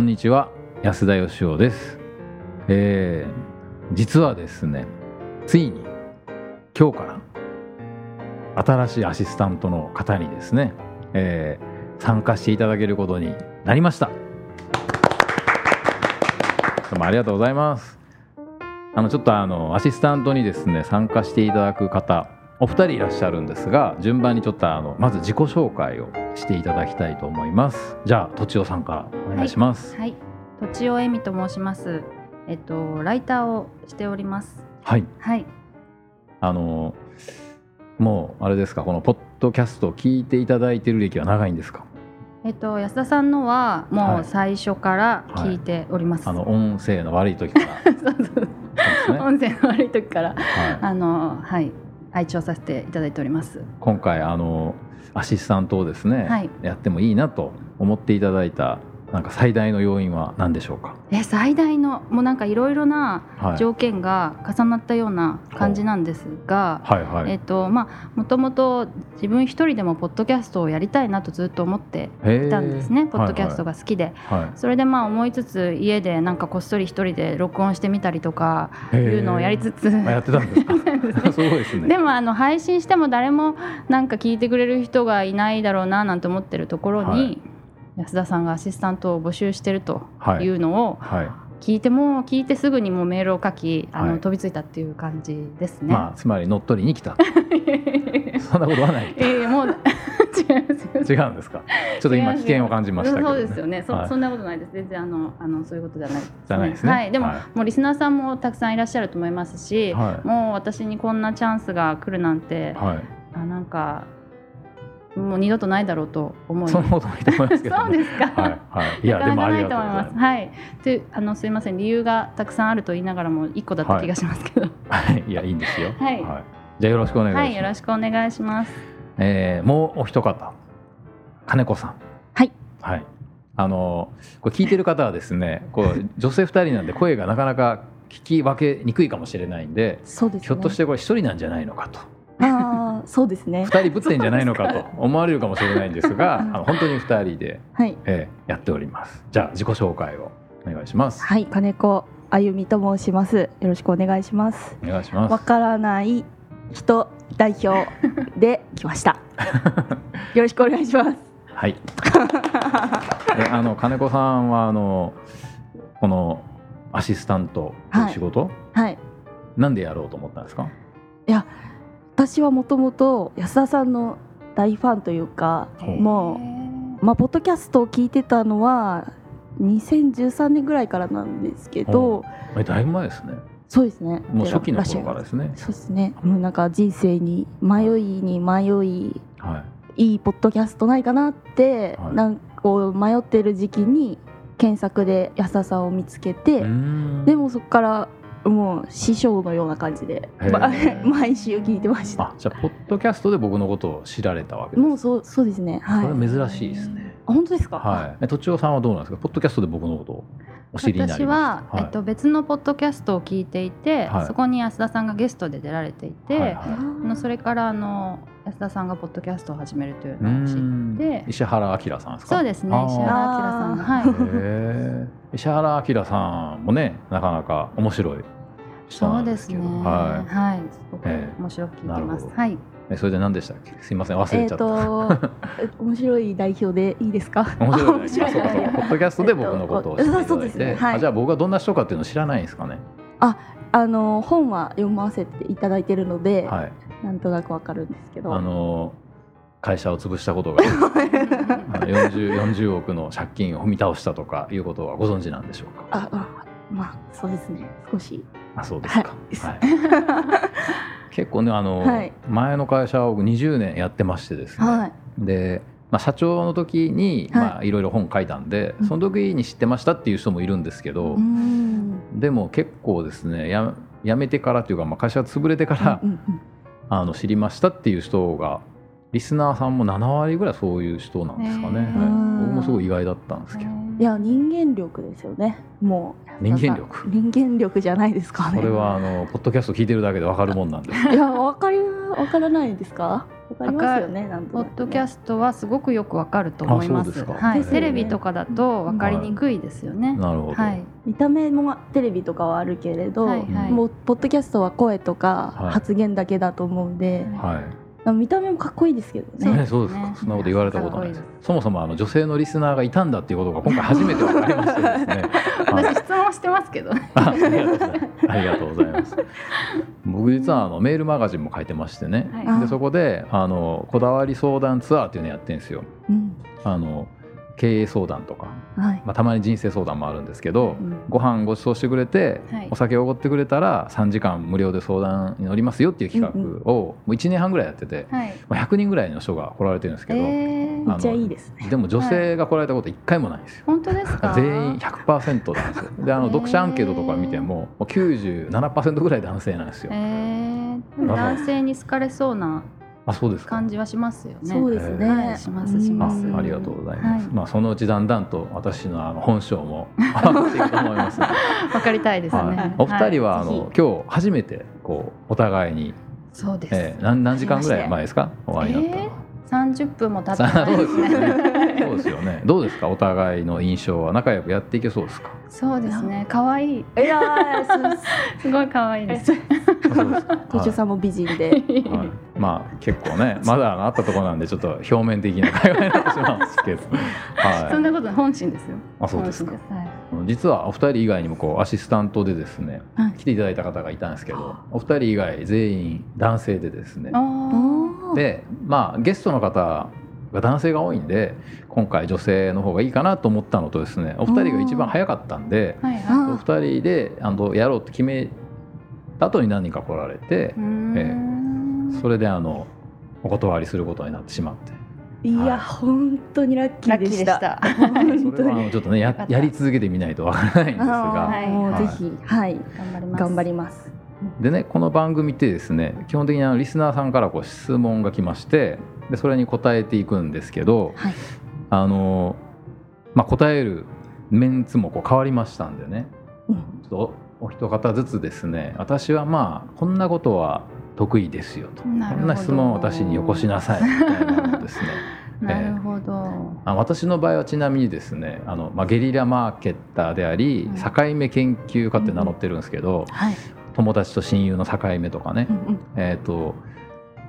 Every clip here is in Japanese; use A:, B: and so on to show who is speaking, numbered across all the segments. A: んにちは安田義雄です、えー実はですねついに今日から新しいアシスタントの方にですね、えー参加していただけることになりましたどうもありがとうございますあのちょっとあのアシスタントにですね参加していただく方お二人いらっしゃるんですが順番にちょっとあのまず自己紹介をしていただきたいと思いますじゃあとちおさんからお願いします
B: はい、とちおえみと申します。えっとライターをしております。はいはい、
A: あのもうあれですかこのポッドキャストを聞いていただいてる歴は長いんですか
B: えっと安田さんのはも
A: は
B: う
A: い
B: 最初から聞いております。
A: あの音声の悪い時から
B: そうそう
A: ですね、は
B: 音声の悪い時から
A: い、
B: あのはい愛聴させていただいております。
A: 今回あのアシスタントをですね、
B: はい
A: やってもいいなと思っていただいたなんか最大の要因は何でしょうか、
B: え最大のもうなんかいろいろな
A: はい、
B: 条件が重なったような感じなんですが。
A: はいはい
B: えっとまあもともと自分一人でもポッドキャストをやりたいなとずっと思っていたんですね、ポッドキャスト
A: が、
B: が好きで、
A: はいはい
B: それでまあ思いつつ家でなんかこっそり一人で録音してみたりとか
A: へ
B: い
A: ー
B: うのをやりつつ、
A: あやってたんですか すごいですね
B: でもあの配信しても誰もなんか聞いてくれる人がいないだろうななんて思ってるところに、
A: はい
B: 安田さんがアシスタントを募集してると
A: はいいう
B: のを
A: はい
B: 聞いてもう聞いてすぐにもうメールを書きあ
A: は
B: の
A: い
B: 飛びついたっていう感じですね。
A: まあつまり乗っ取りに来たそんなことはない
B: ええもう 違います違います
A: 違うんですかちょっと今危険を感じましたけど、
B: そうですよね。そ,、
A: はい
B: そんなことないです。全然あのあのそういうことじゃないです、ね。
A: じゃないですね
B: はい。でも、
A: はい
B: もうリスナーさんもたくさんいらっしゃると思いますし、
A: は
B: もう私にこんなチャンスが来るなん
A: い
B: て、
A: はい
B: あなんかもう二度とないだろうと思い。
A: そ
B: そ
A: ん
B: う
A: なことないと思いますけど、ね。
B: ですか。
A: はいはい。いや
B: な
A: で
B: かな
A: も
B: か
A: あ
B: な
A: り
B: い
A: が
B: と
A: とうござ
B: 思い
A: い
B: ま
A: ます
B: す。。はい。で、あのすいません理由がたくさんあると言いながらも一個だった気がしますけど。
A: はい。いやいいんですよ。
B: はい
A: じゃあよろしくお願いし
B: は
A: ます。
B: い、よろしくお願いします。
A: えーもうお一方、金子さん。
B: はい。
A: はい。あのーこれ聞いてる方はですね、こう女性二人なんで声がなかなか聞き分けにくいかもしれないんで、
C: そうですね。
A: ひょっとしてこれ一人なんじゃないのかと。
C: ああ、そうで すね。
A: 二人ぶってんじゃないのかと思われるかもしれないんです が、あの本当に二人で、
C: はい。
A: えーやっております。じゃあ自己紹介をお願いします。
C: はい、金子あゆみと申します。よろしくお願いします。
A: お願いしま
C: わ
A: す。
C: からない人代表で来ま した。よろしくお願いします。
A: はい。えあの金子さんはあのこのアシスタントの仕事、
C: はい。
A: なんでやろうと思ったんですか。
C: 私はもともと安田さんの大ファンというか、
A: ほう
C: もうまあポッドキャストを聞いてたのは2013年ぐらいからなんですけど、
A: えだいぶ前ですね。
C: そうですね。
A: もう初期の頃から
C: らっしゃいま
A: ですね。
C: す。そうですね。もうなんか人生に迷いに迷い
A: はい
C: いポッドキャストないかなって、
A: はい
C: なんかこう迷ってる時期に検索で安田さんを見つけて、
A: うーん。
C: でもそこからもう師匠のような感じで、
A: へー
C: ま 毎週聞いてました
A: あじゃあポッドキャストで僕のことを知られたわけです。
C: もうそうそうですねはい
A: これ珍しいですね。
C: あ本当ですか、
A: はい。えとちおさんはどうなんですか。ポッドキャストで僕のことをお知りにな
B: 私
A: りまし、
B: は
A: た。
B: えっと、別のポッドキャストを聞いていて、
A: はい
B: そこに安田さんがゲストで出られていて、
A: はい
C: あ
A: はい
B: あのそ
C: ー
B: れからあの安田さんがポッドキャストを始めるという
A: うー
B: のを知って
A: ん
B: で
A: 石原明さんですか。
B: そうですね
A: あー
B: 石原明さんはい
A: へえ石原明さんもねなかなか面白い人
B: そ
A: な
B: うんで
A: ですすけ
B: ね
A: ど
B: は、
A: はいい
B: すごく面白く聞いてます、
A: ええ
B: はい
A: えそれで何でしたっけすいません忘
C: え
A: れ
C: っ、
A: ちゃった、
C: と 面白い代表でいいですか
A: 面白いねあ
C: 面
A: そうかそうかポッドキャストで僕のことを知っていただい
C: えっとそう
A: て、
C: ですねはい
A: あじゃあ僕がどんな人かっていうの知らないんですかね
C: あの本は読ませていただいてるので、
A: はい
C: なんとなくわかるんですけど
A: あの会社を潰したこと が あの 40, 40億の借金を踏み倒したとかいうことはご存知なんでしょうか
C: あ あまあそうですね少し
A: あそうですか、は
C: はい
A: 結構ねあの、
C: はい
A: 前の会社を僕20年やってましてですね、
C: はい
A: で、まあ、社長の時に、
C: はい
A: まあ、いろいろ本書いたんで、
C: うん
A: その時に知ってましたっていう人もいるんですけど、
C: うーん
A: でも結構ですねや辞めてからというか、まあ、会社が潰れてから、
C: うんうん
A: あの知りましたっていう人がリスナーさんも7割ぐらいそういう人なんですかね、
B: へ
A: は
B: ー
A: い僕もすごい意外だったんですけど、
C: うんいや人間力ですよねもう
A: 人間力
C: 人間力じゃないですかね
A: これはあのポッドキャスト聞いてるだけで分かるもんなんです
C: いやわかりわからないですかわかりますよねなんと
B: ポ
C: なくね
B: ッドキャストはすごくよくわかると思いま
A: あそう
B: す。
A: ですか
B: は
C: で
B: い、
C: すよね
B: テレビとかだとわかりにくいですよね。
A: なるほど、
B: はい、
C: 見た目もテレビとかはあるけれど、
B: はいはい
C: もうポッドキャストは声とか
A: はい
C: 発言だけだと思うんで、
A: はい
C: なんか見た目もかっこいいですけど
B: そうです
A: ね、
C: ね。
B: ね
A: そうですか。そんなこと言われたことないで
B: か
A: す
B: っこ。
A: そもそもあの女性のリスナーがいたんだっていうことが今回初めて分かりましてですね。
B: 私質問してますけど、ね、
A: あありがとうございます。ありがとうございます。僕実はあのメールマガジンも書いてましてね。
B: はい
C: あ
A: でそこであのこだわり相談ツアーっていうのやってるんですよ。
C: うん、
A: あの経営相談とか、
C: はい。
A: まあ、たまに人生相談もあるんですけど
C: う。ん
A: ご飯ご馳走してくれて、
B: はい
A: お酒おごってくれたら3時間無料で相談に乗りますよっていう企画をもう1年半ぐらいやってて、
B: はい。
A: まあ100人ぐらいの人が来られてるんですけ
B: え
A: ど、
B: ー
C: めっちゃいいですね。
A: でも女性が来られたこと一回もないんですよ。
B: 本当ですか。
A: 全員100%なんですよ。であの
B: へー
A: 読者アンケートとか見てももう97%ぐらい男性なんですよ
B: え。ーでも男性に好かれそうな
A: あそうですか。
B: 感じはしますよね。
C: そうですね。
A: はい
B: しますし
A: あ
B: ます
A: ありがとうございます。
B: はい
A: まあそのうちだんだんと私のあの本性 もあっていくと思いますので。
B: わかりたいですね。
A: はい、お二人はあ
C: はい
A: の今日初めてこうお互いに、
B: そうです。
A: えー、何何時間ぐらい前ですかお会いになったのは。
B: 三十分も経ってないです
A: そうですよ
B: ね。
A: そうですよね。どうですかお互いの印象は仲良くやっていけそうですか。
B: そうですね。可愛い。
C: いやー、
B: すごい可愛いです。
A: あそうですか。
C: 店
A: はい
C: 長さんも美人 で。
A: はい、まあ結構ねまだあったところなんでちょっと表面的な会話になってしまうんですけど、
B: そん
A: はい、
B: なことない本心ですよ。
A: あそうですか
B: 本心ですはい
A: 実はお二人以外にもこうアシスタントでですね、
C: はい
A: 来ていただいた方がいたんですけどお二人以外全員男性でですね
B: あ
A: でまあゲストの方が男性が多いんで今回女性の方がいいかなと思ったのとですねお二人が一番早かったんで
B: あ。はい
C: あ
B: は
A: お二人であのやろうって決めた後に何人か来られて
B: い。うーん
A: それであのお断りすることになってしまって。
C: い
A: は
C: や、
A: い
C: 本当にラッキ
B: ラ
C: ー
B: ッキ
C: で
B: ーで
C: し。
B: したた。
A: そ
C: 本当
A: れはあ
C: に。
A: のちょっとね
B: よか
A: や
B: った
A: やり続けてみないとわからないんです
C: あ
A: が
C: ーもうぜひ、はい、
B: 頑張ります。
C: 頑張ります。
A: でねこの番組ってですね基本的にあのリスナーさんからこう質問が来ましてでそれに答えていくんですけど、
C: はい
A: あのまあ、答えるメンツもこう変わりましたんでね
C: うん
A: ちょっとおお一方ずつですね私はまあこんなことは得意ですよとこ
B: なるほど
A: んな質問を私によこしなさいみたいなのをですね
B: なるほど。
A: あ私の場合はちなみにですねあの、まあ、ゲリラマーケッターであり
B: うん
A: 境目研究家って名乗ってるんですけど、
C: はい。
A: 友達と親友の境目とかね、
C: うんうん
A: えー、と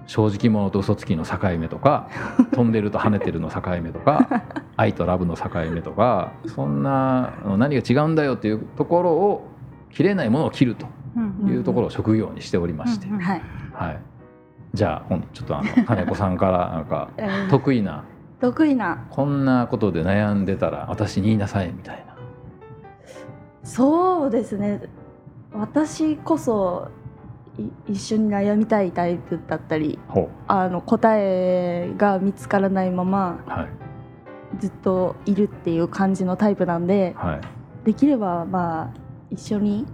A: 正直者と嘘つきの境目と か飛んでると跳ねてるの境目とか愛とラブの境目とかそんなあの何が違うんだよっていうところを切れないものを切ると
B: うん
A: いうところを職業にしておりまして、
B: うんうん
C: はい。
A: はい、じゃあほんちょっとあの金子さんからなんか
C: えー
A: 得意な
C: 得意な。
A: こんなことで悩んでたら私に言いなさいみたいな。
C: そうですね私こそい一緒に悩みたいタイプだったり
A: ほ
C: あの答えが見つからないまま
A: うはい
C: ずっといるっていう感じのタイプなんで
A: はい、
C: できればまあ一緒に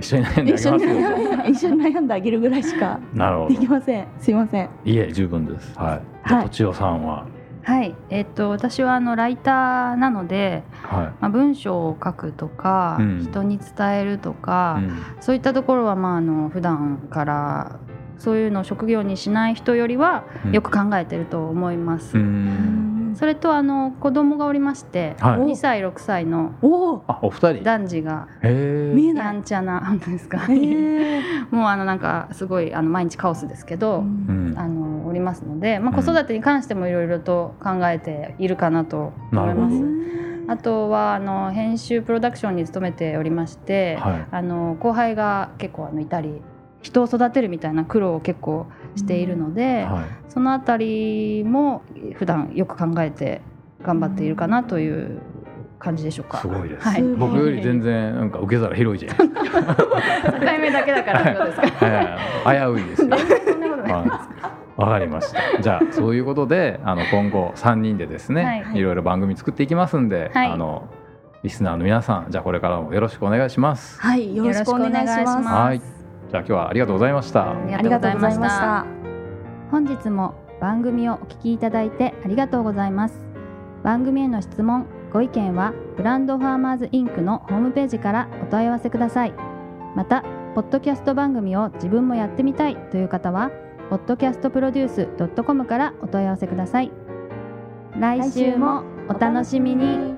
A: 一緒に悩んであげますよと。
C: 一緒に悩み一緒に悩んであげるぐらいしか
A: なるほど
C: できませんすいません
A: いえ十分です。はい。じゃあ
C: はい
A: とちおさんは、
B: はい。えっと私はあのライターなので、
A: は
B: まあ文章を書くとか
A: うん、
B: 人に伝えるとか
A: い。う、ん
B: そういったところはまああの普段からそういうのを職業にしない人よりは
A: うん
B: よく考えてると思います。
A: うん
B: それとあの子供がおりまして、
A: はい
B: 2歳6歳の
C: おお
A: あお二人。へ
B: 男児が
A: え。
C: 見えな
B: や
C: い
B: んちゃな本当ですか、
C: へえ
B: もうあのなんかすごいあの毎日カオスですけど、
A: うん。
B: あのおりますので、まあ、
A: う
B: 子
A: ん
B: 育てに関してもいろいろと考えているかなと思い
A: な
B: ま
A: る
B: す
A: ほ。
B: あとはあの編集プロダクションに勤めておりまして、
A: はい。
B: あの後輩が結構あのいたり人を育てるみたいな苦労を結構しているので、
A: はい。
B: そのあたりも普段よく考えて頑張っているかなという感じでしょうか。
A: すごいです。
B: はい、
C: す
B: 境
C: ごい
A: 僕より全然なんか受け皿広いじゃないです
B: 目だけだからってことですか。
A: か。はい危ういですよ。
B: そんなことない
A: はい。わかりました。じゃあそういうことであの今後三人でですね、、
B: はいい
A: ろいろ番組作っていきますんで、
B: はい
A: あのリスナーの皆さんじゃあこれからもよろしくお願いします。
C: はいよろしくお願いし
B: よろしくお願いし
C: ま
B: ますす
A: はい。じゃあ今日はありがとうございました。
B: あり
C: ありがとうござい
B: ありがとうございま
C: ま
B: し
C: した
B: た本日も番組をお聞きいただいてありがとうございます番組への質問ご意見はブランドファーマーズインクのホームページからお問い合わせくださいまたポッドキャスト番組を自分もやってみたいという方は podcastproduce.com からお問い合わせください来週もお楽しみに